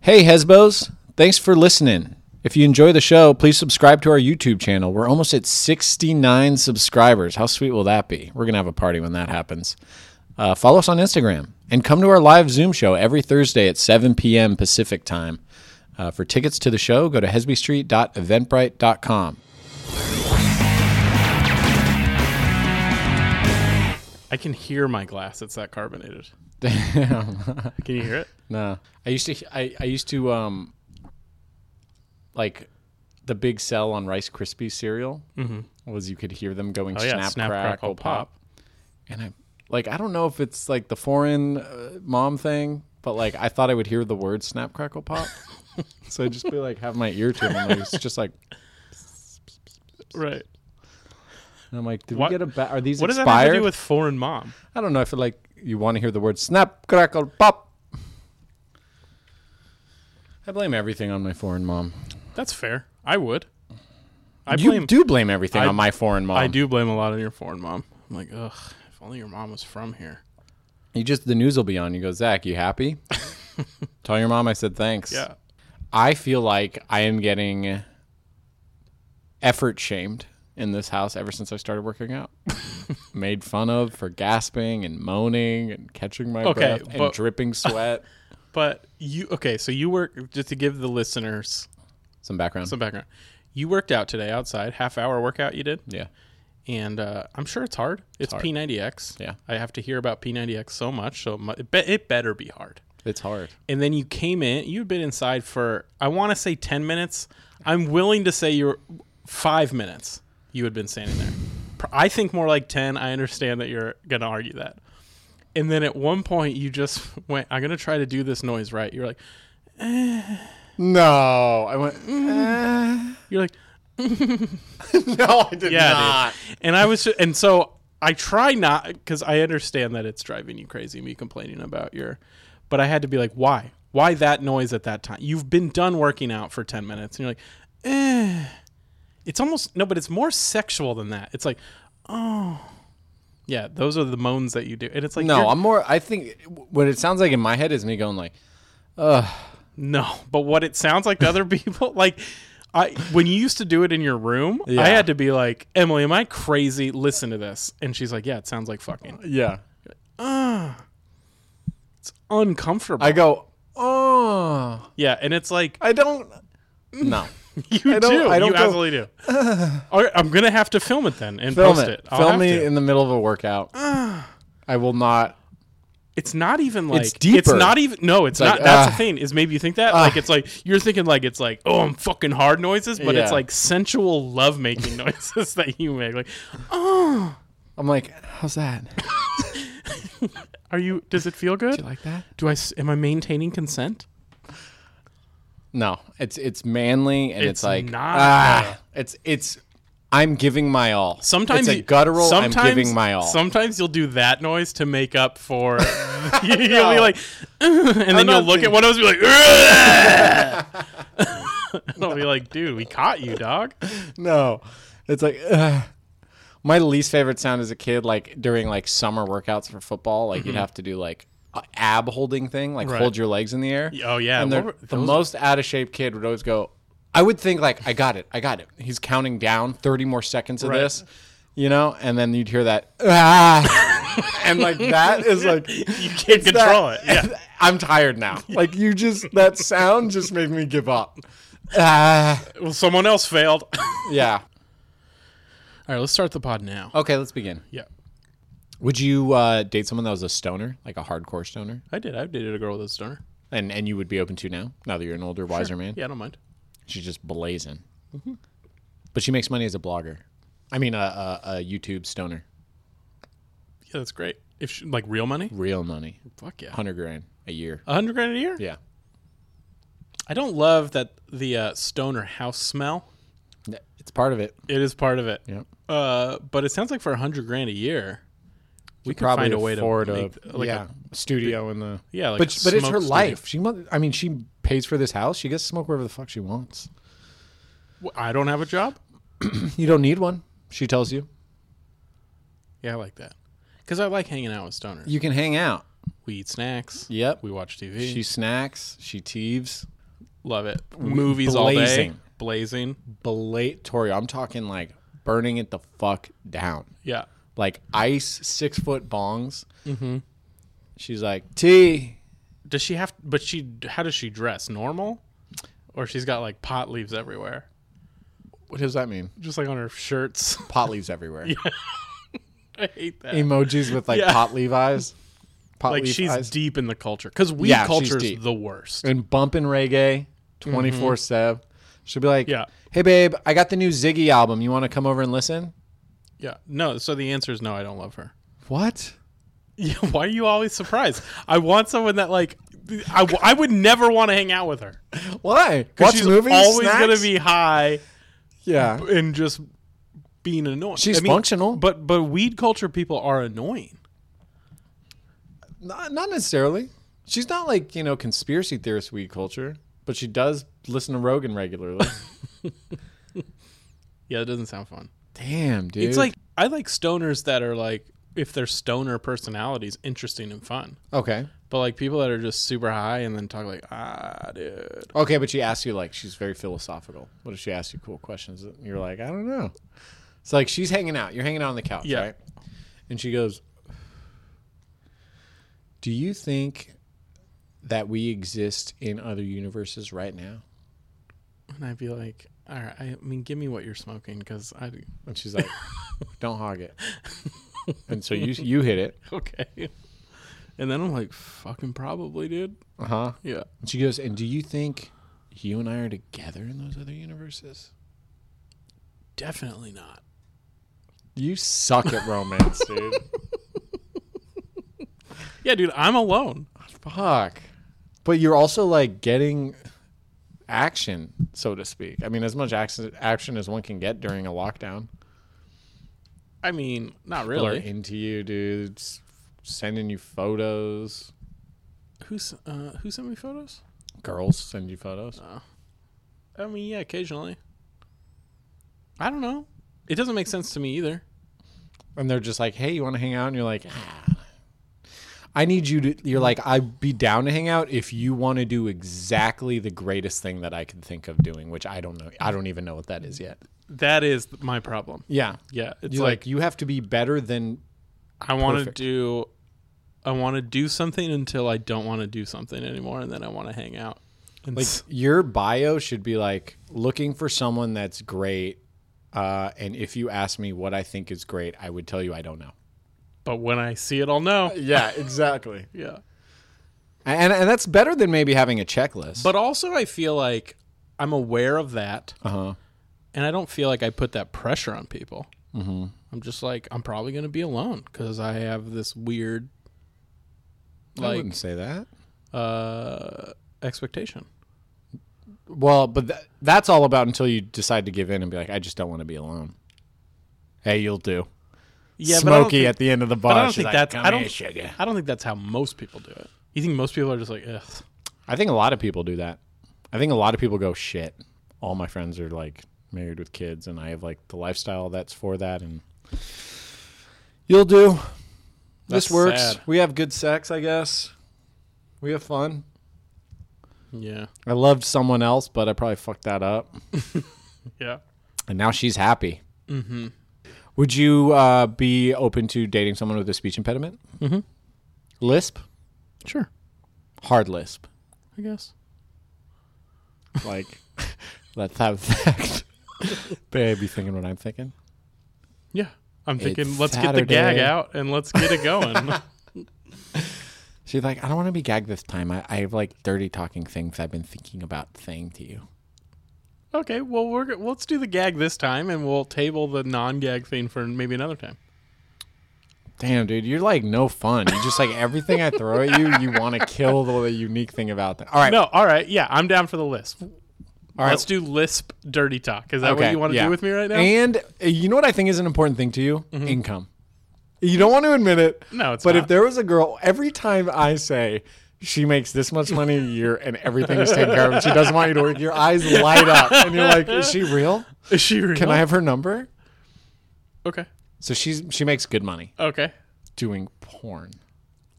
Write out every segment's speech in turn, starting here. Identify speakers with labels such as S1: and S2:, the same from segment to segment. S1: Hey, Hesbos. Thanks for listening. If you enjoy the show, please subscribe to our YouTube channel. We're almost at 69 subscribers. How sweet will that be? We're going to have a party when that happens. Uh, follow us on Instagram and come to our live Zoom show every Thursday at 7 p.m. Pacific time. Uh, for tickets to the show, go to hesbystreet.eventbrite.com.
S2: I can hear my glass. It's that carbonated. Can you hear it?
S1: No, I used to. I, I used to um. Like, the big sell on Rice Krispies cereal was you could hear them going
S2: Mm-hmm.
S1: snap,
S2: Oh, yeah, snap,
S1: crackle,
S2: crackle, pop.
S1: pop. and I like I don't know if it's like the foreign uh, mom thing, but like I thought I would hear the word snap crackle pop, so I just be like have my ear to it. And it's just like
S2: Right.
S1: and I'm like, did
S2: What-
S1: we get a ba- are these
S2: What does
S1: expired?
S2: that have to do with foreign mom?
S1: I don't know. I feel like you want to hear the word snap crackle pop. I blame everything on my foreign mom.
S2: That's fair. I would. I
S1: you
S2: blame.
S1: do blame everything
S2: I-
S1: on my foreign mom.
S2: I do blame a lot on your foreign mom. I'm like, ugh. If only your mom was from here.
S1: You just the news will be on. You go, Zach. You happy? Tell your mom I said thanks.
S2: Yeah.
S1: I feel like I am getting effort shamed in this house ever since I started working out. Made fun of for gasping and moaning and catching my
S2: Okay,
S1: breath and
S2: but-
S1: dripping sweat.
S2: But you okay? So you work just to give the listeners
S1: Some background.
S2: some background. You worked out today outside, half hour workout you did,
S1: yeah.
S2: and uh, I'm sure it's hard. It's,
S1: hard.
S2: P90X.
S1: Yeah.
S2: I have to hear about P90X so much, so it mu- it, be- it better be hard.
S1: It's hard.
S2: and then you came in. You'd been inside for I want to say ten minutes. I'm willing to say you're five minutes. You had been standing there. Pr- I think more like ten. I understand that you're gonna argue that. And then at one point you just went. I'm gonna try to do this noise right. You're like
S1: No. I went
S2: Mm.
S1: "Eh."
S2: you're like
S1: No, I did
S2: yeah. dude." And I was ju- and so I try not because I understand that it's driving you crazy me complaining about your, but I had to be like why why that noise at that time? You've been done working out for ten minutes and you're like. Eh. it's almost no, but it's more sexual than that. It's like, oh, yeah, those are the moans that you do, and it's like,
S1: No,
S2: you're-
S1: I'm more I think what it sounds like in my head is me going like
S2: no. But what it sounds like to other people, like, I when you used to do it in your room,
S1: Yeah.
S2: I had to be like, Emily, am I crazy? Listen to this, and she's like, Yeah, it sounds like fucking
S1: Yeah.
S2: uncomfortable.
S1: I go, Oh
S2: yeah, and it's like
S1: I don't No.
S2: you
S1: I don't-
S2: do,
S1: I don't
S2: you
S1: go-
S2: absolutely do. All right, I'm gonna have to film it then and
S1: Film
S2: post
S1: it.
S2: it. I'll
S1: Film
S2: have
S1: me
S2: to.
S1: in the middle of a workout. I will not
S2: it's not even like
S1: It's deeper.
S2: not even no. It's,
S1: like,
S2: not. that's
S1: ah.
S2: the thing is maybe you think that like it's like you're thinking like it's like oh I'm fucking hard noises, but
S1: Yeah.
S2: it's like sensual love making noises that you make. Like,
S1: I'm like, how's that? Do
S2: are you? Does it feel good?
S1: you like that?
S2: Do I? s- Am I maintaining consent?
S1: No, it's it's manly and it's,
S2: It's
S1: like
S2: not,
S1: ah, it's it's I'm giving my all.
S2: Sometimes
S1: it's a
S2: you-
S1: guttural.
S2: Sometimes,
S1: I'm giving my all.
S2: Sometimes you'll do that noise to make up for. you'll be like, and then you'll
S1: not
S2: look
S1: being-
S2: at one of us and be like, "Ugh!" and I'll be like, dude, we caught you, dog.
S1: no, it's like ah. my least favorite sound as a kid, like during like summer workouts for football, like you'd have to do like a ab holding thing, like
S2: Mm-hmm. Right.
S1: hold your legs in the air.
S2: Oh, yeah.
S1: and
S2: What
S1: the-
S2: were-
S1: the
S2: those-
S1: most out of shape kid would always go. I would think like I got it, I got it. He's counting down thirty more seconds of
S2: Right.
S1: this, you know, and then you'd hear that ah, and like that is like
S2: You can't control it. Yeah.
S1: I'm tired now. Like you just that sound just made me give up. Ah,
S2: Well, someone else failed. All
S1: yeah.
S2: right, let's start the pod now.
S1: Okay, let's begin.
S2: Yeah.
S1: Would you uh, date someone that was a stoner, like a hardcore stoner,
S2: I did. I dated a girl with a stoner.
S1: and and you would be open to now? Now that you're an older, wiser man,
S2: Yeah, Mm-hmm. I don't mind.
S1: she's just blazing. But she makes money as a blogger. I mean, a, a, a YouTube stoner,
S2: Yeah, that's great. If she, like real money,
S1: real money,
S2: fuck yeah,
S1: hundred grand a year.
S2: a hundred grand a year.
S1: Yeah,
S2: I don't love that the uh, stoner house smell.
S1: it's part of it.
S2: It is part of it.
S1: Yep.
S2: Uh, but it sounds like for a hundred grand a year, we could
S1: probably
S2: find a way
S1: afford
S2: to
S1: a,
S2: make like
S1: yeah, studio in the
S2: yeah, like
S1: but
S2: a
S1: but it's
S2: smoke
S1: her
S2: studio.
S1: life. She mu- I mean she pays for this house. She gets to smoke wherever the fuck she wants.
S2: a. Wh- I don't have a job.
S1: You don't need one. She tells you
S2: Yeah, I like that because I like hanging out with stoners.
S1: you can hang out.
S2: We eat snacks.
S1: Yep.
S2: We watch TV.
S1: She snacks. She teeves.
S2: Love it. Movies all day.
S1: blazing.
S2: Blazing.
S1: Belate Torio. I'm talking like burning it the fuck down.
S2: Yeah.
S1: Like ice, six foot bongs. Mm-hmm. She's like, T.
S2: Does she have? But she. How does she dress? Normal, or she's got like pot leaves everywhere,
S1: What does that mean?
S2: just like on her shirts.
S1: Pot leaves everywhere.
S2: I hate that.
S1: Emojis with like
S2: Yeah.
S1: pot leaf eyes. Pot
S2: like
S1: leaf
S2: she's
S1: eyes.
S2: deep in the culture because weed
S1: Yeah, she's
S2: culture is
S1: deep.
S2: the worst.
S1: and bumping reggae 24 7. She'll be like,
S2: Mm-hmm. Yeah.
S1: Hey, babe, I got the new Ziggy album. You want to come over and listen?
S2: Yeah. No. So the answer is no. I don't love her.
S1: What?
S2: Yeah, why are you always surprised? I want someone that like I, w- I would never want to hang out with her.
S1: Why?
S2: 'Cause
S1: Watch
S2: she's
S1: movies?
S2: always
S1: Snacks?
S2: gonna be high
S1: Yeah.
S2: and just being annoying.
S1: She's functional.
S2: but but weed culture people are annoying.
S1: Not, not necessarily. She's not like, you know, conspiracy theorist weed culture, but she does listen to Rogan regularly.
S2: Yeah, it doesn't sound fun.
S1: Damn, dude.
S2: It's like I like stoners that are like if their stoner personalities interesting and fun,
S1: okay.
S2: but like people that are just super high and then talk like ah dude.
S1: Okay, but she asks you like she's very philosophical. What if she asks you cool questions? And you're like, I don't know. It's like she's hanging out. You're hanging out on the couch,
S2: Yeah.
S1: right? And she goes, Do you think that we exist in other universes right now?
S2: And I'd be like, all right, I mean, give me what you're smoking because I
S1: And she's like, Don't hog it. And so you you hit it.
S2: okay. And then I'm like, fucking probably, dude.
S1: Uh huh.
S2: Yeah.
S1: And she goes, And do you think you and I are together in those other universes?
S2: Definitely not.
S1: You suck at romance, dude.
S2: Yeah, dude, I'm alone.
S1: Fuck. But you're also like getting action, so to speak. I mean, as much action, action as one can get during a lockdown.
S2: I mean, not
S1: People are
S2: really.
S1: into you, dude. s- Sending you photos.
S2: Who's uh, who sent me photos?
S1: Girls send you photos.
S2: I mean, yeah, occasionally. I don't know. It doesn't make sense to me either.
S1: And they're just like, hey, you want to hang out? And you're like, ah. I need you to, you're like, I'd be down to hang out if you want to do exactly the greatest thing that I could think of doing, which I don't know. I don't even know what that is yet.
S2: That is my problem.
S1: Yeah.
S2: Yeah, it's
S1: You're
S2: like,
S1: like, you have to be better than
S2: I want to
S1: perfect.
S2: do, I want to do something until I don't want to do something anymore, and then I want to hang out. And
S1: Like
S2: s-
S1: your bio should be like looking for someone that's great. Uh, and if you ask me what I think is great, I would tell you I don't know.
S2: but when I see it, I'll know.
S1: Yeah, exactly.
S2: Yeah.
S1: and and that's better than maybe having a checklist.
S2: But also, I feel like I'm aware of that,
S1: uh huh.
S2: and I don't feel like I put that pressure on people. Mm-hmm. I'm just like, I'm probably going to be alone because I have this weird,
S1: I
S2: like,
S1: wouldn't say that.
S2: uh, expectation.
S1: Well, but th- that's all about until you decide to give in and be like, I just don't want to be alone. Hey, you'll do.
S2: Yeah,
S1: Smokey
S2: but
S1: at the end of the bar.
S2: I don't
S1: she's
S2: think,
S1: like,
S2: but I don't think that's.
S1: "Come here,
S2: I don't.
S1: sugar."
S2: I don't think that's how most people do it. You think most people are just like, ugh.
S1: I think a lot of people do that. I think a lot of people go shit. All my friends are like married with kids, and I have like the lifestyle that's for that. And you'll do.
S2: That's
S1: this works.
S2: sad.
S1: We have good sex, I guess. We have fun.
S2: Yeah.
S1: I loved someone else, but I probably fucked that up.
S2: Yeah.
S1: And now she's happy. Mm-hmm. Would you uh, be open to dating someone with a speech impediment?
S2: Mhm.
S1: Lisp,
S2: Sure.
S1: hard lisp.
S2: I guess.
S1: Like, let's have sex. Babe, you thinking what I'm thinking?
S2: Yeah. I'm thinking,
S1: It's
S2: let's get the gag
S1: Saturday.
S2: out and let's get it going.
S1: She's like, I don't want to be gagged this time. I, I have like 30 talking things I've been thinking about saying to you.
S2: Okay, well, we're go- let's do the gag this time, and we'll table the non-gag thing for maybe another time.
S1: Damn, dude, you're like no fun. You just like everything I throw at you, you want to kill the unique thing about that. All right.
S2: No, all right, yeah, I'm down for the lisp.
S1: all right.
S2: Let's do lisp dirty talk. Is that what
S1: Okay,
S2: you want to
S1: yeah.
S2: do with me right now? Mm-hmm.
S1: And uh, you know what I think is an important thing to you? Income. You don't want to admit it.
S2: No, it's
S1: But
S2: not.
S1: if there was a girl, every time I say she makes this much money a year and everything is taken care of and she doesn't want you to work, your eyes light up and you're like, is she real?
S2: Is she real?
S1: Can I have her number?
S2: Okay,
S1: So she's she makes good money.
S2: okay.
S1: doing porn.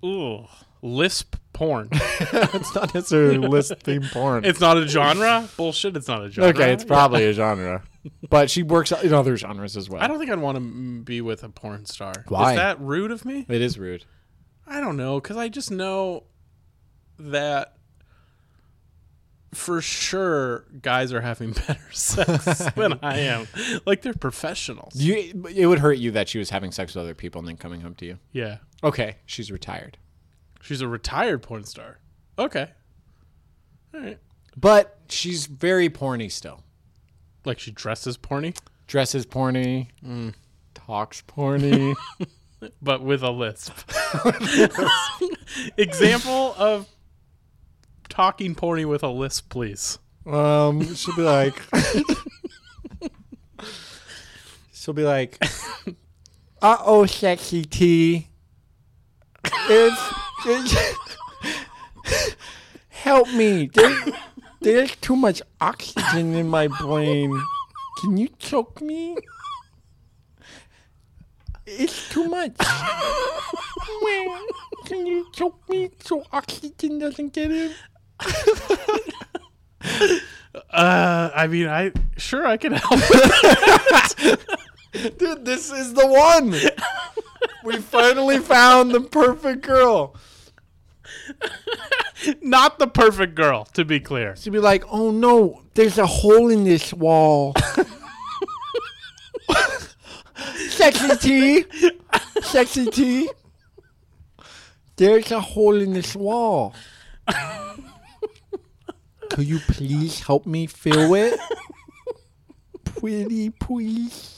S2: Ooh, lisp porn.
S1: it's not necessarily list theme porn.
S2: it's not a genre. Bullshit. It's not a genre.
S1: okay, it's probably a genre, but she works in other genres as well.
S2: I don't think I'd want to be with a porn star.
S1: Why?
S2: Is that rude of me?
S1: it is rude.
S2: I don't know, because I just know that for sure guys are having better sex than I am. Like they're professionals.
S1: You, it would hurt you that she was having sex with other people and then coming home to you.
S2: Yeah.
S1: Okay, she's retired,
S2: She's a retired porn star. Okay. All right.
S1: but she's very porny still.
S2: Like she dresses porny,
S1: Dresses porny, talks porny.
S2: but with a lisp. Example of talking porny with a lisp, please.
S1: Um, she'll be like, she'll be like, uh oh, sexy T. It's, it's- help me. There- there's too much oxygen in my brain. Can you choke me? It's too much. Well, Can you choke me so oxygen doesn't get in?
S2: Uh, I mean, I sure I can help.
S1: Dude, this is the one. we finally found the perfect girl.
S2: Not the perfect girl, to be clear.
S1: She'd be like, oh no, there's a hole in this wall. Sexy T. Sexy T. There's a hole in this wall. Could you please help me fill it? Pretty please.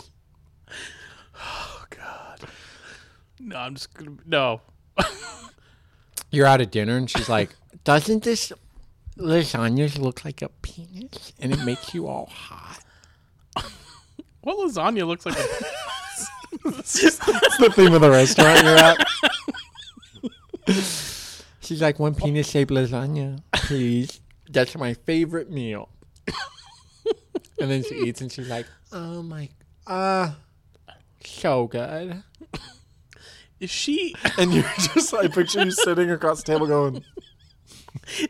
S2: No, I'm just gonna no.
S1: you're out at dinner and she's like, Doesn't this lasagna look like a penis? And it makes you all hot.
S2: Well, lasagna looks like a
S1: That's the theme of the restaurant you're at. She's like, one penis shaped lasagna, please. That's my favorite meal. and then she eats and she's like, Oh my uh so good.
S2: is she
S1: And you're just I picture you sitting across the table going,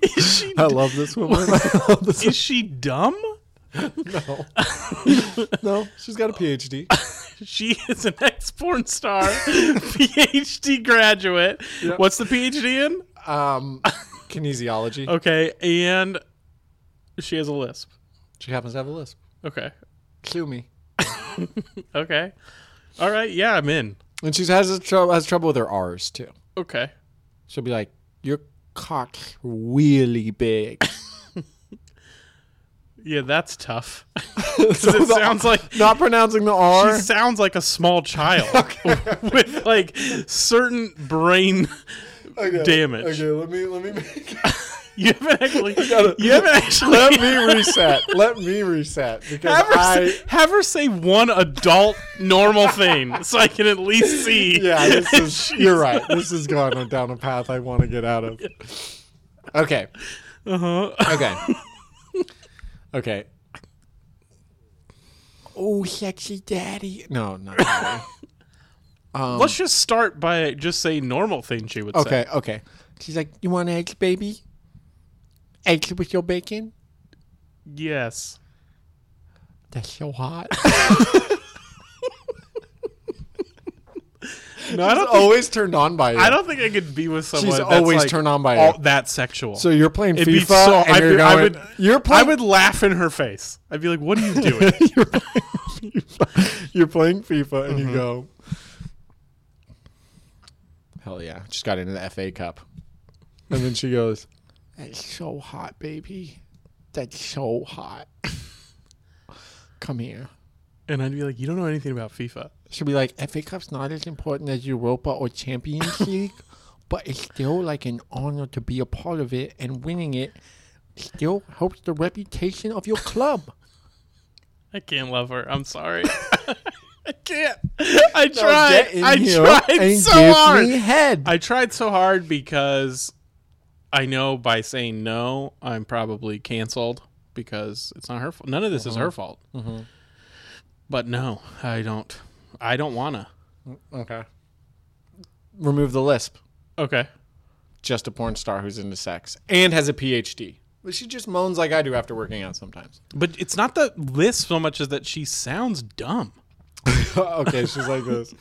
S2: is she
S1: I love this woman. I love this
S2: is she dumb?
S1: No. no, she's got a PhD.
S2: She is an ex porn star, PhD graduate. What's the PhD in?
S1: Um, kinesiology.
S2: Okay, and she has a lisp.
S1: She happens to have a lisp.
S2: Okay,
S1: Sue me.
S2: okay, all right. Yeah, I'm in.
S1: And she has a trou- has trouble with her R's too.
S2: Okay,
S1: She'll be like, "Your cock's really big."
S2: yeah, that's tough.
S1: so
S2: It
S1: the-
S2: sounds like
S1: not pronouncing the R.
S2: She sounds like a small child with like certain brain damage.
S1: let me let me make,
S2: You haven't actually. You haven't actually.
S1: let me reset. Let me reset because
S2: Have her,
S1: I
S2: say, have her say one adult normal thing so I can at least see.
S1: yeah this is you're right. This is going down a path I want to get out of. Okay.
S2: Uh-huh.
S1: Okay. okay. Oh, sexy daddy. No, not daddy. um,
S2: Let's just start by just say normal thing she would say.
S1: okay, okay. She's like, you want eggs, baby? Eggs with your bacon?
S2: Yes.
S1: That's so hot.
S2: No, I don't. Think,
S1: always turned on by it.
S2: I don't think I could be with someone.
S1: She's
S2: that's
S1: always
S2: like
S1: turned on by
S2: all
S1: it.
S2: that sexual.
S1: So you're playing
S2: It'd be
S1: FIFA,
S2: so-
S1: and
S2: I'd
S1: you're
S2: be- I
S1: going.
S2: would-
S1: you're
S2: I
S1: playing.
S2: would laugh in her face. I'd be like, "What are you doing?"
S1: you're, playing FIFA, you're playing FIFA, and you go. Hell yeah! Just got into the FA Cup, and then she goes, "That's so hot, baby. That's so hot. Come here."
S2: and I'd be like, "You don't know anything about FIFA."
S1: She'll be like, FA Cup's not as important as Europa or Champions League, but it's still like an honor to be a part of it, and winning it still helps the reputation of your club.
S2: I can't love her. I'm sorry. I can't. I tried. I tried so hard.
S1: head.
S2: I tried so hard because I know by saying no, I'm probably canceled because it's not her fault. None of this is her fault. But no, I don't. I don't wanna.
S1: okay. Remove the lisp.
S2: Okay.
S1: just a porn star who's into sex and has a PhD. But she just moans like I do after working out sometimes.
S2: But it's not the list so much as that she sounds dumb.
S1: okay, she's like this.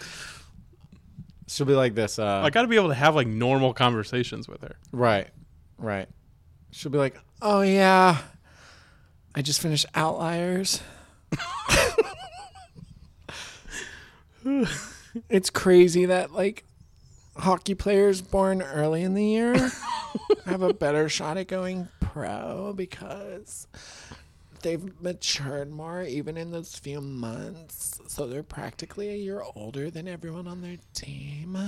S1: She'll be like this. Uh,
S2: I got to be able to have like normal conversations with her.
S1: Right, right. She'll be like, "Oh yeah, I just finished Outliers. it's crazy that like hockey players born early in the year have a better shot at going pro because they've matured more even in those few months. So they're practically a year older than everyone on their team.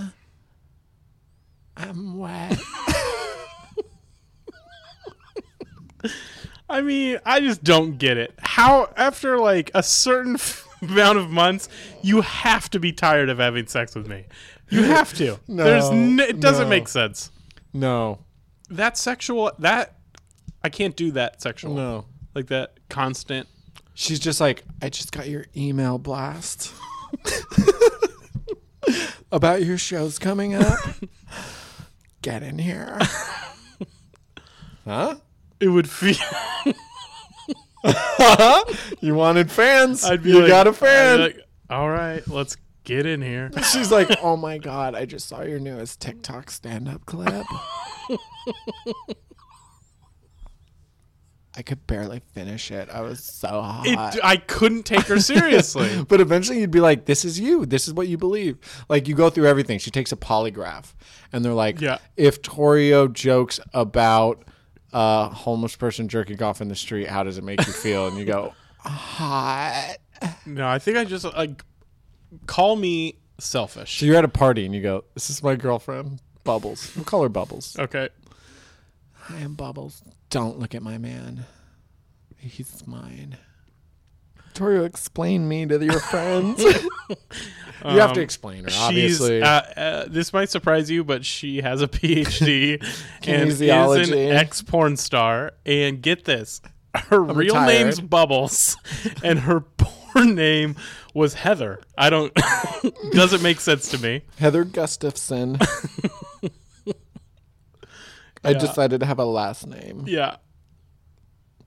S1: I'm wet.
S2: I mean, I just don't get it. How after like a certain amount of months, you have to be tired of having sex with me. You have to.
S1: No,
S2: There's n- it doesn't
S1: no.
S2: make sense.
S1: no,
S2: That sexual that I can't do that sexual.
S1: no.
S2: Like that constant.
S1: She's just like, I just got your email blast about your shows coming up. Get in here. huh?
S2: It would feel
S1: You wanted fans.
S2: I'd be
S1: you
S2: like,
S1: got a
S2: I'd
S1: fan.
S2: be like, All right, let's get in here.
S1: She's like, oh my God, I just saw your newest TikTok stand up clip. I could barely finish it. I was so hot.
S2: It, I couldn't take her seriously.
S1: but eventually you'd be like, this is you. This is what you believe. Like you go through everything. She takes a polygraph and they're like,
S2: Yeah.
S1: if Torio jokes about a homeless person jerking off in the street, how does it make you feel? And you go, hot.
S2: No, I think I just like call me selfish.
S1: So you're at a party and you go, this is my girlfriend, Bubbles. We'll call her Bubbles.
S2: Okay.
S1: I am Bubbles. Don't look at my man. He's mine. Torio, explain me to your friends. you have to
S2: Um,
S1: explain her, obviously.
S2: She's, uh, uh, this might surprise you, but she has a PhD and is an
S1: Kinesiology.
S2: ex porn star. And get this her real
S1: retired.
S2: name's Bubbles, and her porn name was Heather. I don't, doesn't make sense to me.
S1: Heather Gustafson. I
S2: Yeah.
S1: decided to have a last name,
S2: Yeah.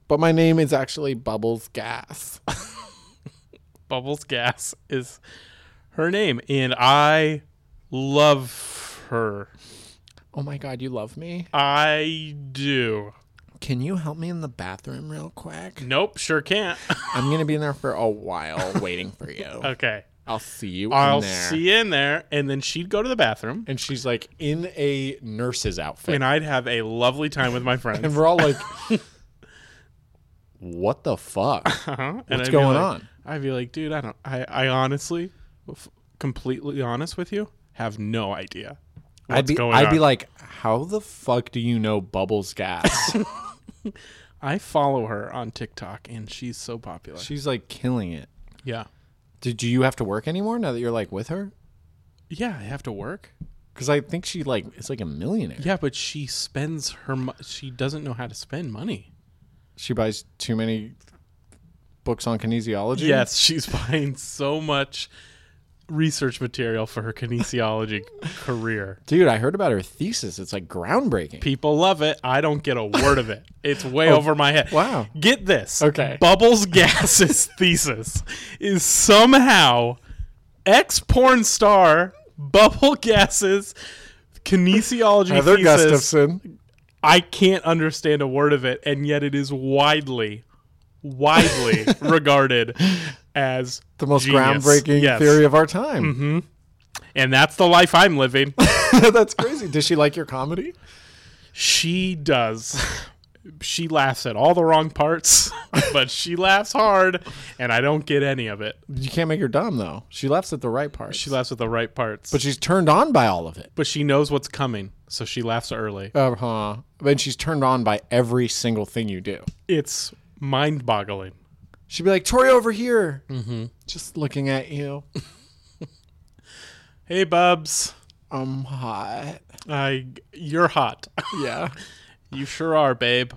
S1: but my name is actually Bubbles Gas.
S2: Bubbles Gas is her name. And I love her.
S1: Oh my god, you love me?
S2: I do.
S1: Can you help me in the bathroom real quick?
S2: Nope, sure can't.
S1: I'm gonna be in there for a while waiting for you.
S2: okay.
S1: I'll see you
S2: I'll
S1: in there.
S2: see you in there. And then she'd go to the bathroom.
S1: and she's like in a nurse's outfit,
S2: and I'd have a lovely time with my
S1: and
S2: friends.
S1: we're all like, "What the fuck?
S2: Uh-huh.
S1: What's
S2: I'd be
S1: going
S2: like-
S1: on?"
S2: I'd be like, dude, I don't. I, I honestly, f- completely honest with you, have no idea. What's
S1: I'd be,
S2: going
S1: I'd be
S2: on.
S1: like, "How the fuck do you know Bubbles Gas?"
S2: I follow her on TikTok, and she's so popular.
S1: she's like killing it.
S2: yeah,
S1: Did do you have to work anymore now that you're like with her?
S2: yeah. I have to work.
S1: Because I think she like is like a millionaire.
S2: Yeah, but she spends her. Mo- she doesn't know how to spend money.
S1: She buys too many books on kinesiology.
S2: Yes, she's buying so much research material for her kinesiology career.
S1: dude, I heard about her thesis. It's like groundbreaking.
S2: People love it. I don't get a word of it. It's way over my head.
S1: Oh, wow.
S2: Get this.
S1: Okay.
S2: Bubbles Gas's thesis is somehow ex porn star Bubble Gas's kinesiology thesis. I can't understand a word of it, and yet it is widely, widely regarded as
S1: the most
S2: genius.
S1: groundbreaking
S2: Yes.
S1: theory of our time.
S2: And that's the life I'm living.
S1: That's crazy. Does she like your comedy?
S2: she does. She laughs at all the wrong parts, but she laughs hard, and I don't get any of it.
S1: You can't make her dumb though. She laughs at the right part.
S2: She laughs at the right parts,
S1: but she's turned on by all of it.
S2: but she knows what's coming, so she laughs early.
S1: Uh huh. And she's turned on by every single thing you do.
S2: It's mind-boggling.
S1: She'd be like, Tori over here. Mm-hmm. Just looking at you.
S2: Hey, Bubs,
S1: I'm hot.
S2: I you're hot.
S1: Yeah.
S2: You sure are, babe.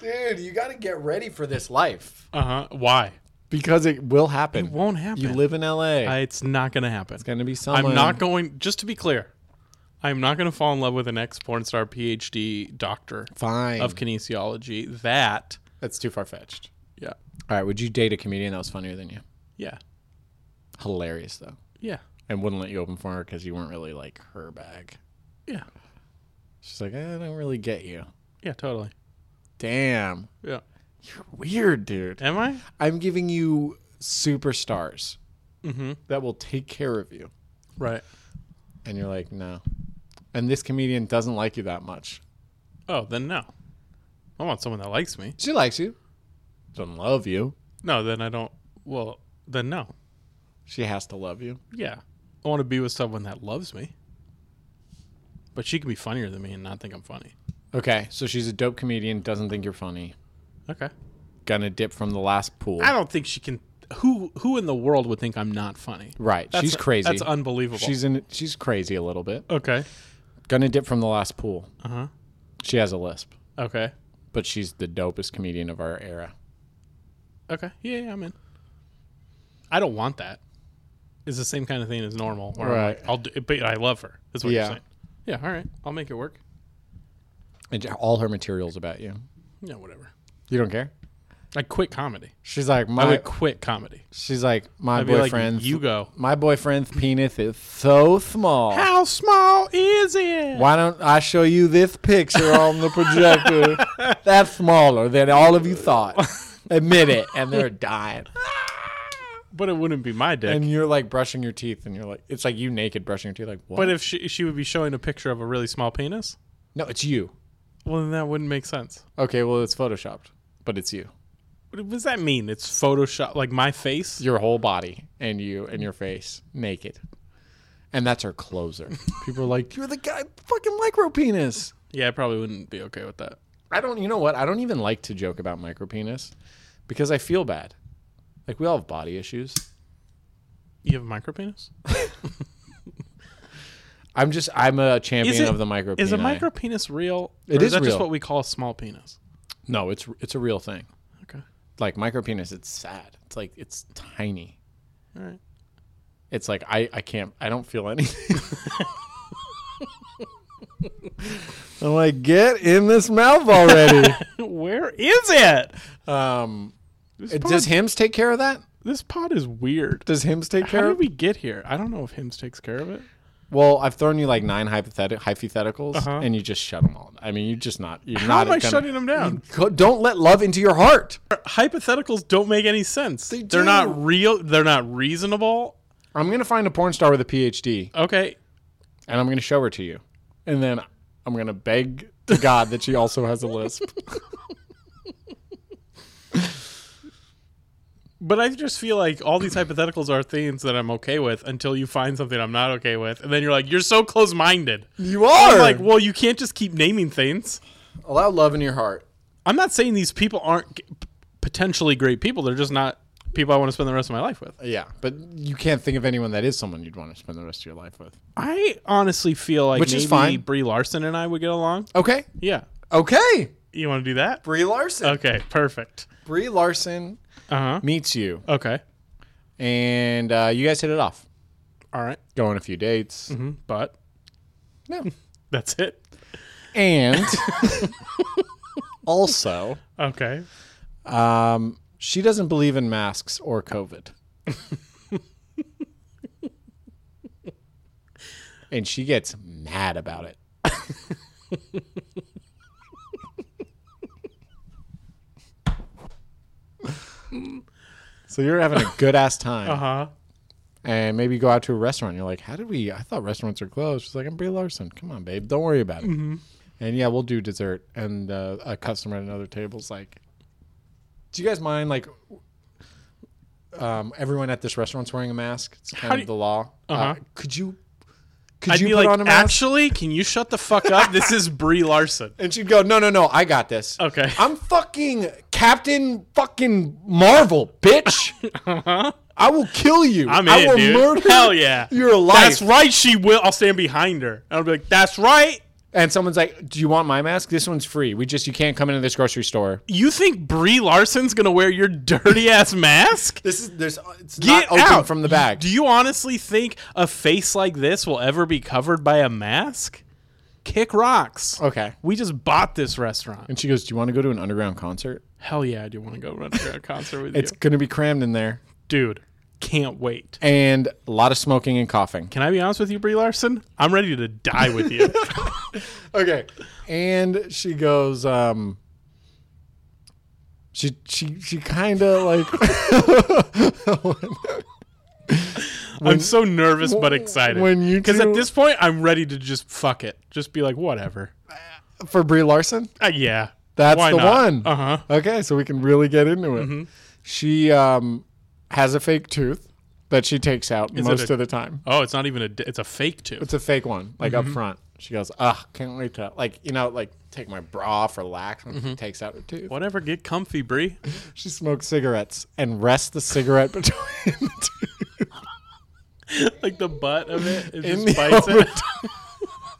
S1: Dude, you got to get ready for this life
S2: Uh huh. Why?
S1: because it will happen.
S2: Won't happen.
S1: You live in LA.
S2: I- it's not gonna happen.
S1: it's going to be someone.
S2: I'm not going. Just to be clear, I'm not going to fall in love with an ex porn star PhD doctor
S1: Fine.
S2: of kinesiology. That,
S3: That's too far fetched.
S2: yeah,
S1: All right. Would you date a comedian that was funnier than you?
S2: yeah,
S1: Hilarious though,
S2: yeah,
S1: and wouldn't let you open for her because you weren't really like her bag.
S2: yeah,
S1: She's like, "Eh, I don't really get you.
S2: yeah, totally.
S1: Damn,
S2: Yeah.
S1: you're weird, dude.
S2: Am I?
S1: I'm giving you superstars
S2: Mm-hmm.
S1: that will take care of you,
S2: Right.
S1: and you're like, no. And this comedian doesn't like you that much.
S2: Oh, then no. I want someone that likes me.
S1: She likes you, doesn't love you.
S2: No, then I don't. Well, then no.
S1: She has to love you.
S2: Yeah. I want to be with someone that loves me. But she can be funnier than me and not think I'm funny.
S1: Okay, so she's a dope comedian, doesn't think you're funny.
S2: Okay.
S1: Gonna dip from the last pool.
S2: I don't think she can. Who who in the world would think I'm not funny?
S1: Right.
S2: That's-
S1: she's crazy.
S2: That's unbelievable.
S1: she's in she's crazy a little bit.
S2: okay.
S1: Gonna dip from the last pool.
S2: Uh huh.
S1: She has a lisp,
S2: Okay.
S1: but she's the dopest comedian of our era.
S2: Okay. Yeah, yeah, I'm in. I don't want that. It's the same kind of thing as normal. Where right.
S1: Right.
S2: I'll do, but I love her. That's what
S1: Yeah.
S2: you're saying. Yeah. All right. I'll make it work.
S1: And all her materials about you.
S2: Yeah. Whatever.
S1: You don't care?
S2: I quit comedy.
S1: She's like
S2: I
S1: my
S2: would quit comedy.
S1: she's like my
S2: I'd be like,
S1: boyfriend's
S2: you go.
S1: my boyfriend's penis is so small.
S2: How small is it?
S1: Why don't I show you this picture on the projector? That's smaller than all of you thought. Admit it, and they're dying.
S2: But it wouldn't be my dick.
S1: And you're like brushing your teeth, and you're like, it's like you naked brushing your teeth. Like, what?
S2: but if she she would be showing a picture of a really small penis,
S1: no, it's you.
S2: well then that wouldn't make sense.
S1: Okay, well, it's photoshopped, but it's you.
S2: What does that mean? It's Photoshop, like my face.
S1: Your whole body and you and your face naked. And that's her closer. People are like, you're the guy, fucking micro penis.
S2: Yeah, I probably wouldn't be okay with that.
S1: I don't, you know what? I don't even like to joke about micro penis because I feel bad. Like, we all have body issues.
S2: You have a micro penis?
S1: I'm just, I'm a champion
S2: it-
S1: of the micro penis.
S2: Is a micro penis real?
S1: It
S2: or
S1: is
S2: that
S1: real.
S2: just what we call a small penis?
S1: No, it's it's a real thing.
S2: Okay.
S1: Like micro penis, it's sad. It's like it's tiny.
S2: All right.
S1: It's like I, I can't I don't feel anything. I'm like, get in this mouth already.
S2: Where is it?
S1: um
S2: This, pod,
S1: does Hims take care of that?
S2: this pod is weird.
S1: Does Hims take
S2: How
S1: care
S2: did
S1: of
S2: we get here? I don't know if Hims takes care of it.
S1: Well, I've thrown you like nine hypothet- hypotheticals
S2: Uh-huh.
S1: and you just shut them all. I mean, you just not you're
S2: How
S1: not
S2: am I
S1: gonna-
S2: shutting them down?
S1: Go- Don't let love into your heart.
S2: Hypotheticals don't make any sense. They
S1: do.
S2: They're not real. They're not reasonable.
S1: I'm going to find a porn star with a PhD
S2: Okay.
S1: and I'm going to show her to you. And then I'm going to beg to God that she also has a lisp.
S2: But I just feel like all these hypotheticals are things that I'm okay with until you find something I'm not okay with. And then you're like, you're so close minded.
S1: You are.
S2: I'm like, well, you can't just keep naming things.
S1: allow love in your heart.
S2: I'm not saying these people aren't g- p- potentially great people. They're just not people I want to spend the rest of my life with.
S1: Yeah, but you can't think of anyone that is someone you'd want to spend the rest of your life with.
S2: I honestly feel like
S1: Which is
S2: maybe
S1: fine.
S2: Brie Larson and I would get along.
S1: Okay.
S2: Yeah.
S1: Okay. Uh,
S2: You want to do that?
S1: Brie Larson.
S2: Okay, perfect.
S1: Brie Larson
S2: Uh huh.
S1: meets you,
S2: Okay.
S1: and uh, you guys hit it off.
S2: All right.
S1: Go on a few dates.
S2: Mhm. But
S1: No.
S2: that's it.
S1: And also,
S2: Okay.
S1: um, she doesn't believe in masks or COVID. and she gets mad about it. so you're having a good ass time.
S2: Uh huh.
S1: and maybe go out to a restaurant. You're like, how did we? I thought restaurants are closed. She's like, I'm Brie Larson. Come on, babe. Don't worry about it.
S2: Mm-hmm.
S1: And yeah, we'll do dessert. And uh, a customer at another table's like, do you guys mind? Like, um, everyone at this restaurant's wearing a mask. It's kind
S2: How
S1: of
S2: do you-
S1: the law. uh
S2: Uh-huh.
S1: could you? Could
S2: I'd
S1: you
S2: be
S1: put
S2: like,
S1: on a mask?
S2: actually, can you shut the fuck up? This is Brie Larson.
S1: and she'd go, no, no, no. I got this.
S2: Okay.
S1: I'm fucking Captain fucking Marvel, bitch. I will kill you.
S2: Uh-huh. I'm
S1: I
S2: in,
S1: will
S2: dude.
S1: murder
S2: Hell yeah.
S1: your life.
S2: That's right. She will. I'll stand behind her. And I'll be like, that's right.
S1: and someone's like, "Do you want my mask? This one's free. We just you can't come into this grocery store."
S2: You think Brie Larson's gonna wear your dirty ass mask?
S1: This is there's it's not
S2: Get
S1: open
S2: out
S1: from the back.
S2: Do you honestly think a face like this will ever be covered by a mask? Kick rocks.
S1: okay.
S2: We just bought this restaurant.
S1: And she goes, "Do you want to go to an underground concert?
S2: Hell yeah, I do want to go run to a concert with
S1: It's
S2: you,
S1: going to be crammed in there,
S2: dude. Can't wait.
S1: and a lot of smoking and coughing."
S2: Can I be honest with you, Brie Larson? I'm ready to die with you.
S1: Okay. And she goes, um, she she she kind of like
S2: I'm so nervous but excited.
S1: when you
S2: because
S1: two-
S2: at this point, I'm ready to just fuck it. Just be like, whatever.
S1: for Brie Larson.
S2: Uh, yeah,
S1: That's the one.
S2: Uh huh.
S1: Okay, so we can really get into it. She um, has a fake tooth that she takes out
S2: it
S1: most
S2: a-
S1: of the time.
S2: Oh, it's not even a. d- It's a fake tooth.
S1: It's a fake one, like up front. She goes, "Ugh, can't wait to like you know like take my bra off, relax." And she takes out her tooth.
S2: Whatever. Get comfy, Brie.
S1: She smokes cigarettes and rests the cigarette between the two.
S2: like the butt of it. It
S1: In
S2: just
S1: the
S2: bites it.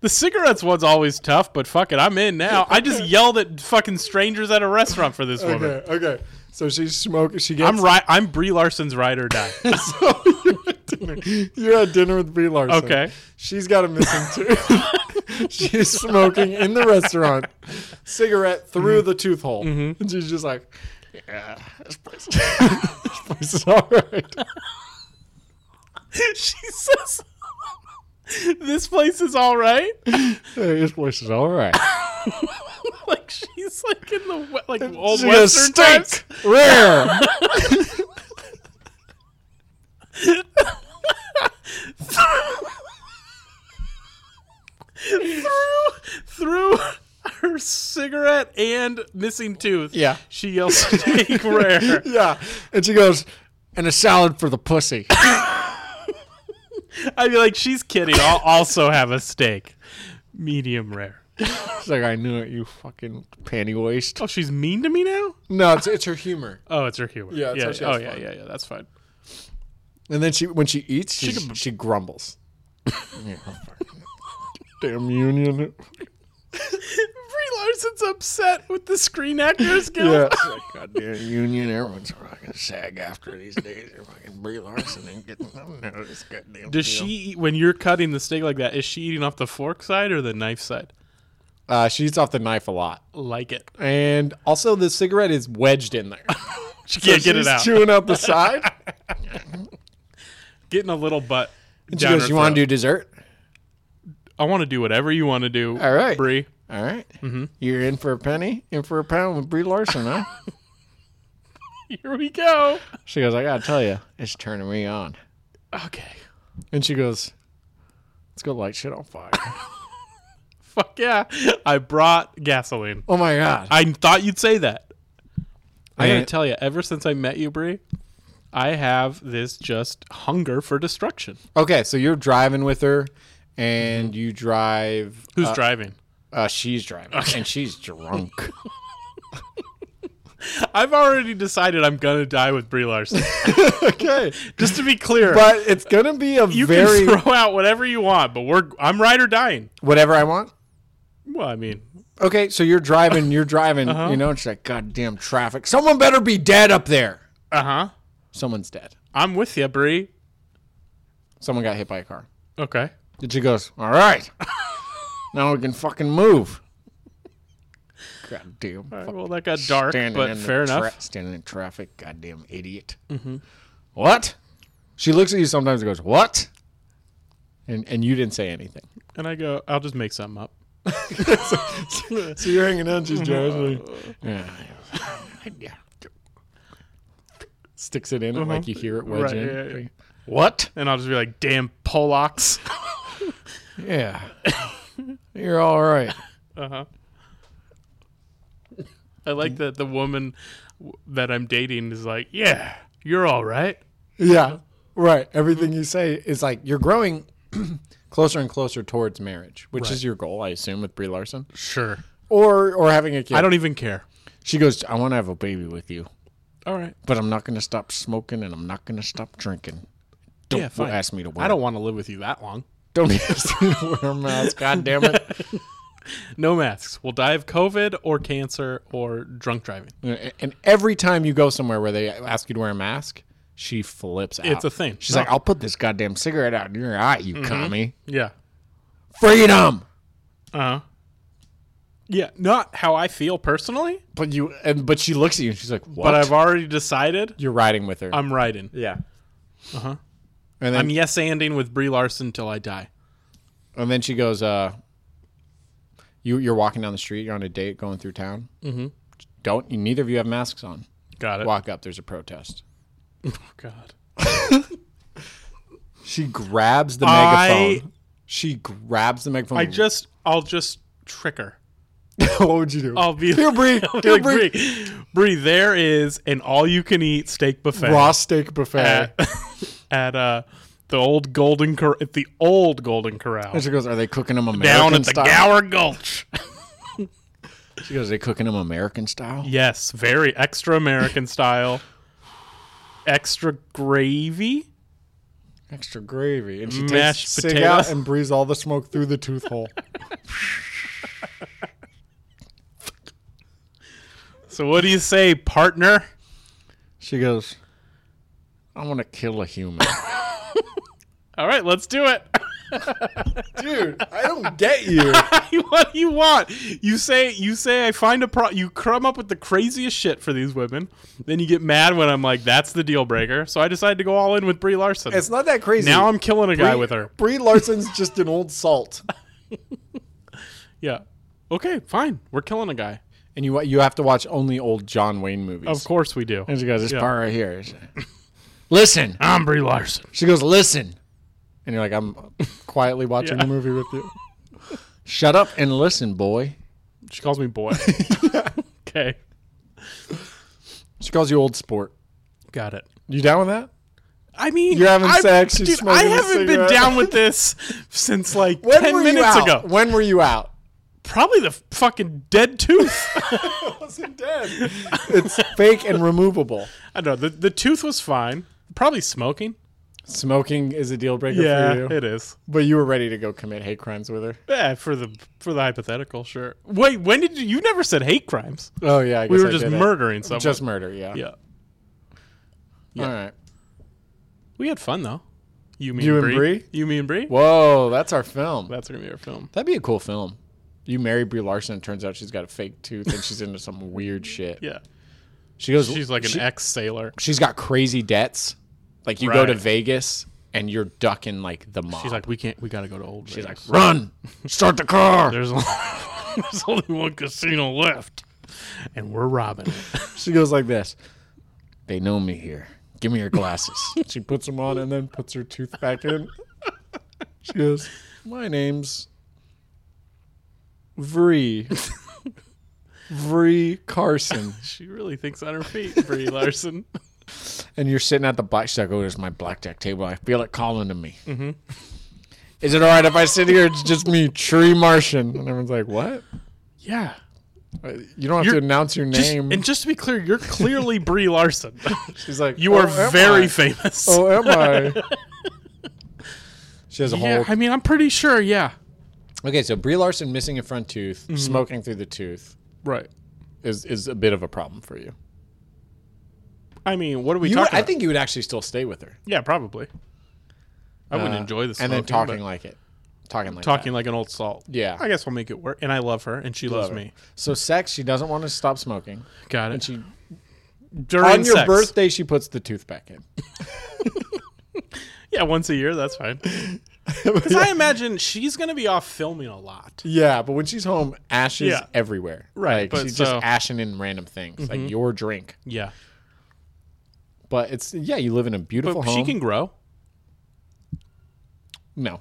S2: The cigarettes one's always tough, but fuck it, I'm in now. I just yelled at fucking strangers at a restaurant for this woman.
S1: Okay, okay. So she smokes. She gets.
S2: I'm right. I'm Brie Larson's ride or die.
S1: So you're at dinner. You're at dinner with Brie Larson.
S2: Okay.
S1: She's got a missing tooth. she's smoking in the restaurant, cigarette through the tooth hole, and she's just like, "Yeah, this place, this place is all right."
S2: she says, "This place is all right."
S1: Hey, this place is all right.
S2: like she's like in the we- like old
S1: She goes,
S2: western
S1: "Stink,
S2: times.
S1: rare."
S2: through her cigarette and missing tooth.
S1: Yeah.
S2: she yells, "Take rare."
S1: yeah, and she goes, "And a salad for the pussy."
S2: I'd be like, she's kidding. I'll also have a steak. Medium rare.
S1: She's like, "I knew it, you fucking panty waist."
S2: Oh, she's mean to me now?
S1: No, it's it's her humor.
S2: Oh, it's her humor.
S1: Yeah, that's how she
S2: oh,
S1: has
S2: yeah,
S1: fun.
S2: yeah, yeah. That's fine.
S1: And then she, when she eats, she, oh,
S2: can-
S1: she grumbles. Damn union.
S2: Brie Larson's upset with the Screen Actors Guild.
S1: Yeah. Goddamn union. Everyone's fucking sag after these days. They're fucking Brie Larson and getting them out of this goddamn
S2: Does she, eat- when you're cutting the steak like that, is she eating off the fork side or the knife side?
S1: Uh, she eats off the knife a lot.
S2: Like it.
S1: And also, the cigarette is wedged in there.
S2: She can't get it
S1: She's
S2: out.
S1: chewing out the side.
S2: Getting a little butt.
S1: And she goes, You want to do dessert?
S2: I want to do whatever you want to do.
S1: All right.
S2: Brie.
S1: All right.
S2: Mm-hmm.
S1: You're in for a penny, in for a pound with Brie Larson, huh?
S2: Here we go.
S1: she goes, I got to tell you, it's turning me on.
S2: Okay.
S1: And she goes, Let's go light shit on fire.
S2: Fuck yeah. I brought gasoline.
S1: oh my God.
S2: I thought you'd say that. I gotta
S1: Man.
S2: tell you, ever since I met you, Brie, I have this just hunger for destruction.
S1: Okay, so you're driving with her, and
S2: Mm-hmm.
S1: you drive.
S2: Who's driving?
S1: Uh, she's driving, and she's drunk.
S2: I've already decided I'm gonna die with Brie Larson.
S1: okay,
S2: just to be clear,
S1: but it's gonna be a
S2: you
S1: very
S2: can throw out whatever you want, but we're I'm right or dying.
S1: whatever I want.
S2: Well, I mean,
S1: Okay, so you're driving, you're driving,
S2: Uh-huh.
S1: you know, and she's like, "Goddamn traffic! Someone better be dead up there."
S2: uh huh.
S1: Someone's dead.
S2: I'm with you, Brie.
S1: Someone got hit by a car.
S2: Okay.
S1: And she goes, "All right, now we can fucking move." Goddamn.
S2: All right, well, that got dark, but
S1: the
S2: fair
S1: tra-
S2: enough.
S1: Standing in traffic, goddamn idiot. What? She looks at you sometimes and goes, "What?" And and you didn't say anything.
S2: And I go, I'll just make something up.
S1: So you're hanging out. She's driving. yeah. Yeah. Sticks it in and like you hear it wedge
S2: Right,
S1: in.
S2: yeah, yeah.
S1: What?
S2: And I'll just be like, damn Polacks.
S1: Yeah. you're all right.
S2: I like that the woman w- that I'm dating is like, yeah, you're all right.
S1: Yeah. Right. Everything
S2: Mm-hmm.
S1: you say is like you're growing closer and closer towards marriage, which is your goal, I assume, with Brie Larson,
S2: Sure.
S1: or or having a kid.
S2: I don't even care.
S1: She goes, I want to have a baby with you,
S2: All right.
S1: but I'm not going to stop smoking and I'm not going to stop drinking. Don't
S2: Yeah, fine.
S1: ask me to wait.
S2: I don't want to live with you that long.
S1: Don't need us to wear masks. God damn it.
S2: No masks. We'll die of COVID or cancer or drunk driving.
S1: And every time you go somewhere where they ask you to wear a mask, she flips out.
S2: It's a thing.
S1: She's
S2: No. Mm-hmm.
S1: like, I'll put this goddamn cigarette out in your eye, you commie.
S2: Yeah.
S1: Freedom. Uh-huh.
S2: Uh huh. Yeah. Not how I feel personally,
S1: But you and but she looks at you and she's like, What?
S2: but I've already decided
S1: You're riding with her.
S2: I'm riding.
S1: yeah. Uh huh. And then
S2: I'm yes anding with Brie Larson till I die.
S1: And then she goes, uh, you, you're walking down the street, you're on a date going through town. Mm-hmm. Don't, you, neither of you have masks on.
S2: Got it.
S1: Walk up, there's a protest.
S2: Oh, God.
S1: She grabs the
S2: I-
S1: megaphone. She grabs the megaphone.
S2: I just, I'll just trick her.
S1: what would you do?
S2: I'll be
S1: Here, Bree.
S2: I'll be
S1: Here,
S2: like,
S1: Bree.
S2: Bree. Bree, there is an all-you-can-eat steak buffet
S1: Raw steak buffet.
S2: at, at uh, the old Golden Cor- at the old Golden Corral
S1: and she goes, Are they cooking them American
S2: down at the
S1: style?
S2: Gower Gulch.
S1: She goes, Are they cooking them American style?
S2: yes, very extra American style, extra gravy.
S1: Extra gravy. And she
S2: Mashed
S1: takes the cig
S2: potato.
S1: out and breathes all the smoke through the tooth hole.
S2: So what do you say, partner?
S1: She goes, I want to kill a human.
S2: All right, let's do it.
S1: Dude, I don't get you.
S2: what do you want? You say you say I find a pro. You crumb up with the craziest shit for these women. Then you get mad when I'm like, that's the deal breaker. So I decided to go all in with Brie Larson.
S1: It's not that crazy.
S2: now I'm killing a guy with her.
S1: Brie Larson's just an old salt.
S2: Yeah. Okay, fine. We're killing a guy.
S1: And you you have to watch only old John Wayne movies.
S2: Of course we do.
S1: And she goes, this
S2: Yeah.
S1: part right here. uh, listen.
S2: I'm Brie Larson.
S1: She goes, listen. And you're like, I'm quietly watching
S2: Yeah.
S1: the movie with you. Shut up and listen, boy.
S2: She calls me boy. okay.
S1: She calls you old sport.
S2: Got it.
S1: You down with that?
S2: I mean,
S1: You're having
S2: I'm-
S1: sex, she's
S2: Dude,
S1: smoking a
S2: I haven't been
S1: cigarette.
S2: down with this since like ten minutes
S1: you out?
S2: ago.
S1: When were you out?
S2: Probably the fucking dead tooth.
S1: wasn't dead. It's fake and removable.
S2: I don't know. The, the tooth was fine. Probably smoking.
S1: Smoking is a deal breaker for you.
S2: it is.
S1: but you were ready to go commit hate crimes with her.
S2: Yeah, for the for the hypothetical, sure. Wait, when did you? You never said hate crimes.
S1: Oh yeah, I guess
S2: We were
S1: I
S2: just
S1: did it.
S2: murdering someone.
S1: Just murder, yeah.
S2: yeah.
S1: All right.
S2: We had fun though. You mean
S1: You and
S2: Bree?
S1: Bree?
S2: You mean Bree?
S1: Whoa, that's our film.
S2: That's gonna be our film.
S1: That'd be a cool film. You marry Brie Larson, and it turns out she's got a fake tooth and she's into some weird shit.
S2: Yeah.
S1: She goes,
S2: She's like an
S1: she,
S2: ex sailor.
S1: has got crazy debts. Like you go to
S2: Right.
S1: Vegas and you're ducking like the mob.
S2: She's like, we can't. We gotta go to Old.
S1: she's like, run, start the car.
S2: there's, only- there's only one casino left, and we're robbing it.
S1: She goes like this. They know me here. Give me your glasses. she puts them on and then puts her tooth back in. She goes, my name's Vree. Vree Carson.
S2: she really thinks on her feet, Bree Larson.
S1: and you're sitting at the black. She's like, "Oh, there's my blackjack table. I feel it calling to me." Is it all right if I sit here? It's just me, Tree Martian. And everyone's like, "What?
S2: Yeah.
S1: Uh, You don't have to
S2: You're-
S1: announce your
S2: Just-
S1: name."
S2: and just to be clear, you're clearly Brie Larson.
S1: She's like,
S2: You
S1: "Oh,
S2: are
S1: am
S2: very
S1: I?
S2: famous.
S1: Oh, am I? she has a
S2: yeah,
S1: whole.
S2: I mean, I'm pretty sure. Yeah,
S1: Okay, so Brie Larson missing a front tooth, smoking through the tooth
S2: right.
S1: is is a bit of a problem for you.
S2: I mean, what are we
S1: you would,
S2: talking?
S1: I
S2: about?
S1: think you would actually still stay with her.
S2: yeah, probably. I wouldn't
S1: Uh,
S2: enjoy this.
S1: and then talking like it, talking like
S2: talking like an old salt.
S1: Yeah.
S2: I guess we'll make it work. And I love her, and she loves
S1: that.
S2: me.
S1: So sex, she doesn't want to stop smoking,
S2: Got
S1: and
S2: it.
S1: she
S2: During
S1: on your
S2: sex.
S1: birthday, she puts the tooth back in.
S2: yeah, once a year, that's fine. Because I imagine she's going to be off filming a lot.
S1: yeah, but when she's home, ashes
S2: Yeah.
S1: everywhere.
S2: Right,
S1: Like,
S2: but
S1: she's
S2: so-
S1: just ashing in random things, like your drink.
S2: Yeah,
S1: But it's yeah, you live in a
S2: but
S1: beautiful
S2: she
S1: home.
S2: can grow.
S1: no.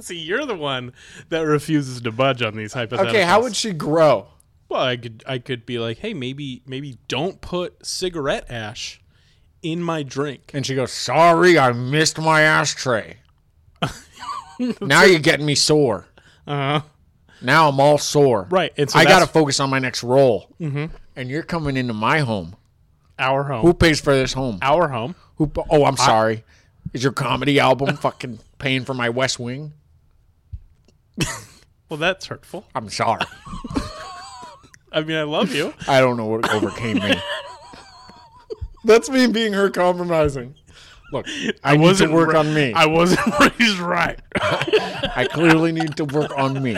S2: See, you're the one that refuses to budge on these hypotheticals.
S1: Okay, how would she grow?
S2: Well, I could I could be like, hey, maybe maybe don't put cigarette ash in my drink.
S1: And she goes, "Sorry, I missed my ashtray. now you're getting me sore.
S2: Uh
S1: Uh-huh.
S2: huh.
S1: Now I'm all sore.
S2: Right, and so
S1: I got to
S2: that's-
S1: focus on my next role. Mm-hmm. And you're coming into my home.
S2: Our home.
S1: Who pays for this home?
S2: Our home.
S1: Who? pa- Oh, I'm sorry. Is your comedy album fucking paying for my West Wing?
S2: Well, that's hurtful.
S1: I'm sorry.
S2: I mean, I love you.
S1: I don't know what overcame me. That's me being her compromising. Look, I, need to work
S2: ra-
S1: on me.
S2: I wasn't raised right.
S1: I clearly need to work on me.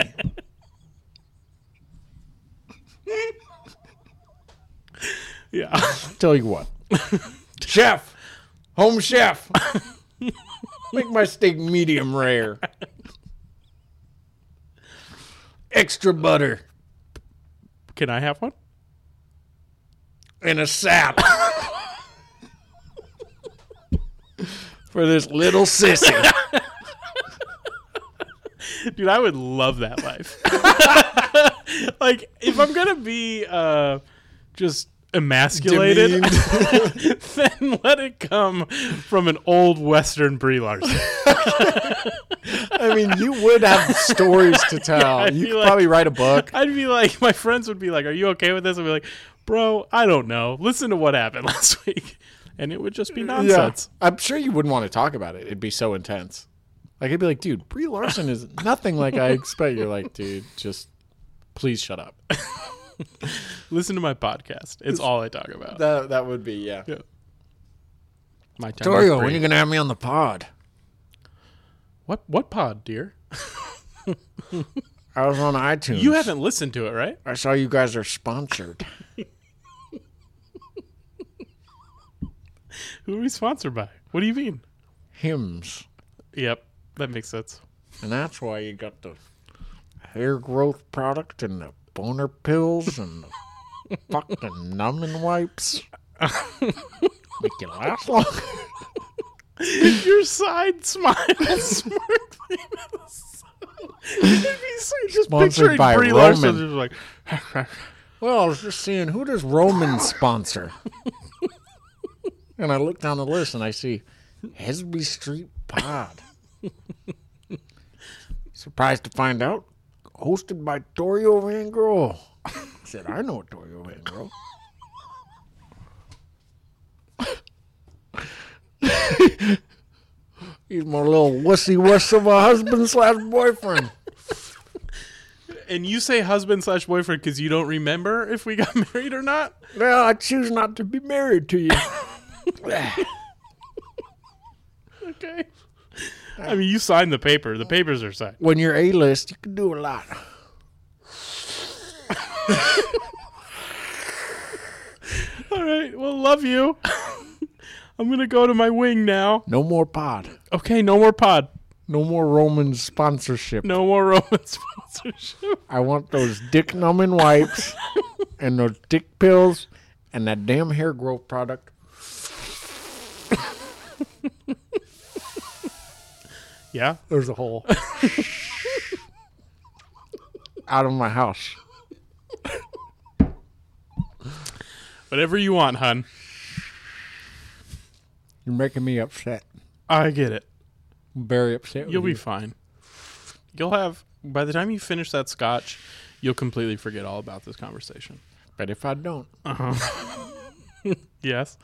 S2: yeah.
S1: Tell you what, chef, home chef, make my steak medium rare, extra butter,
S2: Can I have one?
S1: and a sap for this little sissy.
S2: Dude, I would love that life. like, if I'm gonna be uh, just emasculated, then let it come from an old Western Brie Larson.
S1: I mean, you would have stories to tell.
S2: I'd
S1: you
S2: be
S1: could
S2: like-
S1: probably write a book.
S2: I'd be like, my friends would be like, "Are you okay with this?" I'd be like, "Bro, I don't know. Listen to what happened last week," and it would just be nonsense.
S1: I'm sure you wouldn't want to talk about it. It'd be so intense. Like I'd be like, dude, Brie Larson is nothing like I expect. You're like, dude, just please shut up.
S2: Listen to my podcast. It's all I talk about.
S1: That that would be yeah.
S2: Yeah. my time. with
S1: Torio,
S2: Brie.
S1: when you gonna have me on the pod?
S2: what what pod, dear?
S1: I was on iTunes.
S2: You haven't listened to it, right?
S1: I saw you guys are sponsored.
S2: Who are we sponsored by? What do you mean?
S1: Hymns,
S2: Yep, that makes sense.
S1: and that's why you got the hair growth product and the boner pills and the fucking numbing wipes. Make you last long.
S2: Your side smile smirk. just
S1: Sponsored
S2: picturing
S1: by
S2: Brie Larson
S1: Roman.
S2: just like
S1: Well, I was just seeing who does Roman sponsor? and I look down the list and I see Hesby Street Pod. Surprised to find out, hosted by Torio Van Grohl. I said, I know Torio Van Grohl. He's my little wussy wuss of a husband slash boyfriend.
S2: and you say husband slash boyfriend because you don't remember if we got married or not.
S1: Well, I choose not to be married to you.
S2: Okay. I mean, you signed the paper. The papers are signed.
S1: when you're A list, you can do a lot.
S2: All right. Well, love you. I'm gonna go to my wing now.
S1: No more pod.
S2: Okay. No more pod.
S1: No more Roman sponsorship.
S2: No more Roman sponsorship.
S1: I want those dick numbing wipes and those dick pills and that damn hair growth product.
S2: Yeah.
S1: There's a hole. Out of my house.
S2: Whatever you want, hun.
S1: You're making me upset.
S2: I get it.
S1: I'm very upset. with
S2: You'll be
S1: you.
S2: fine. You'll have by the time you finish that scotch, you'll completely forget all about this conversation.
S1: But if I don't,
S2: Yes.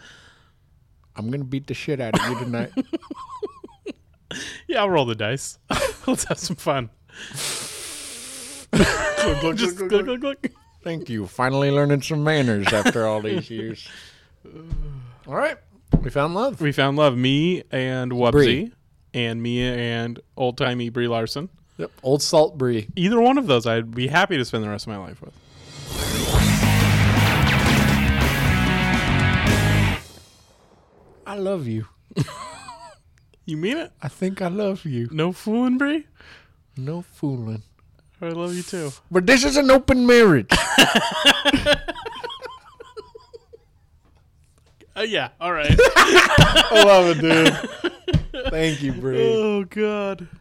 S1: I'm going to beat the shit out of you tonight.
S2: Yeah, I'll roll the dice. Let's have some fun. Just click, click, click.
S1: Thank you. Finally learning some manners after all these years. All right. We found love.
S2: We found love. Me and Wubsy,
S1: Bree.
S2: and me and old timey Brie Larson.
S1: Yep. Old Salt Brie.
S2: Either one of those, I'd be happy to spend the rest of my life with.
S1: I love you.
S2: You mean it?
S1: I think I love you.
S2: No fooling, Brie.
S1: No fooling.
S2: I love you too.
S1: But this is an open marriage.
S2: Uh, yeah. All right.
S1: I love it, dude. Thank you, Bree.
S2: oh God.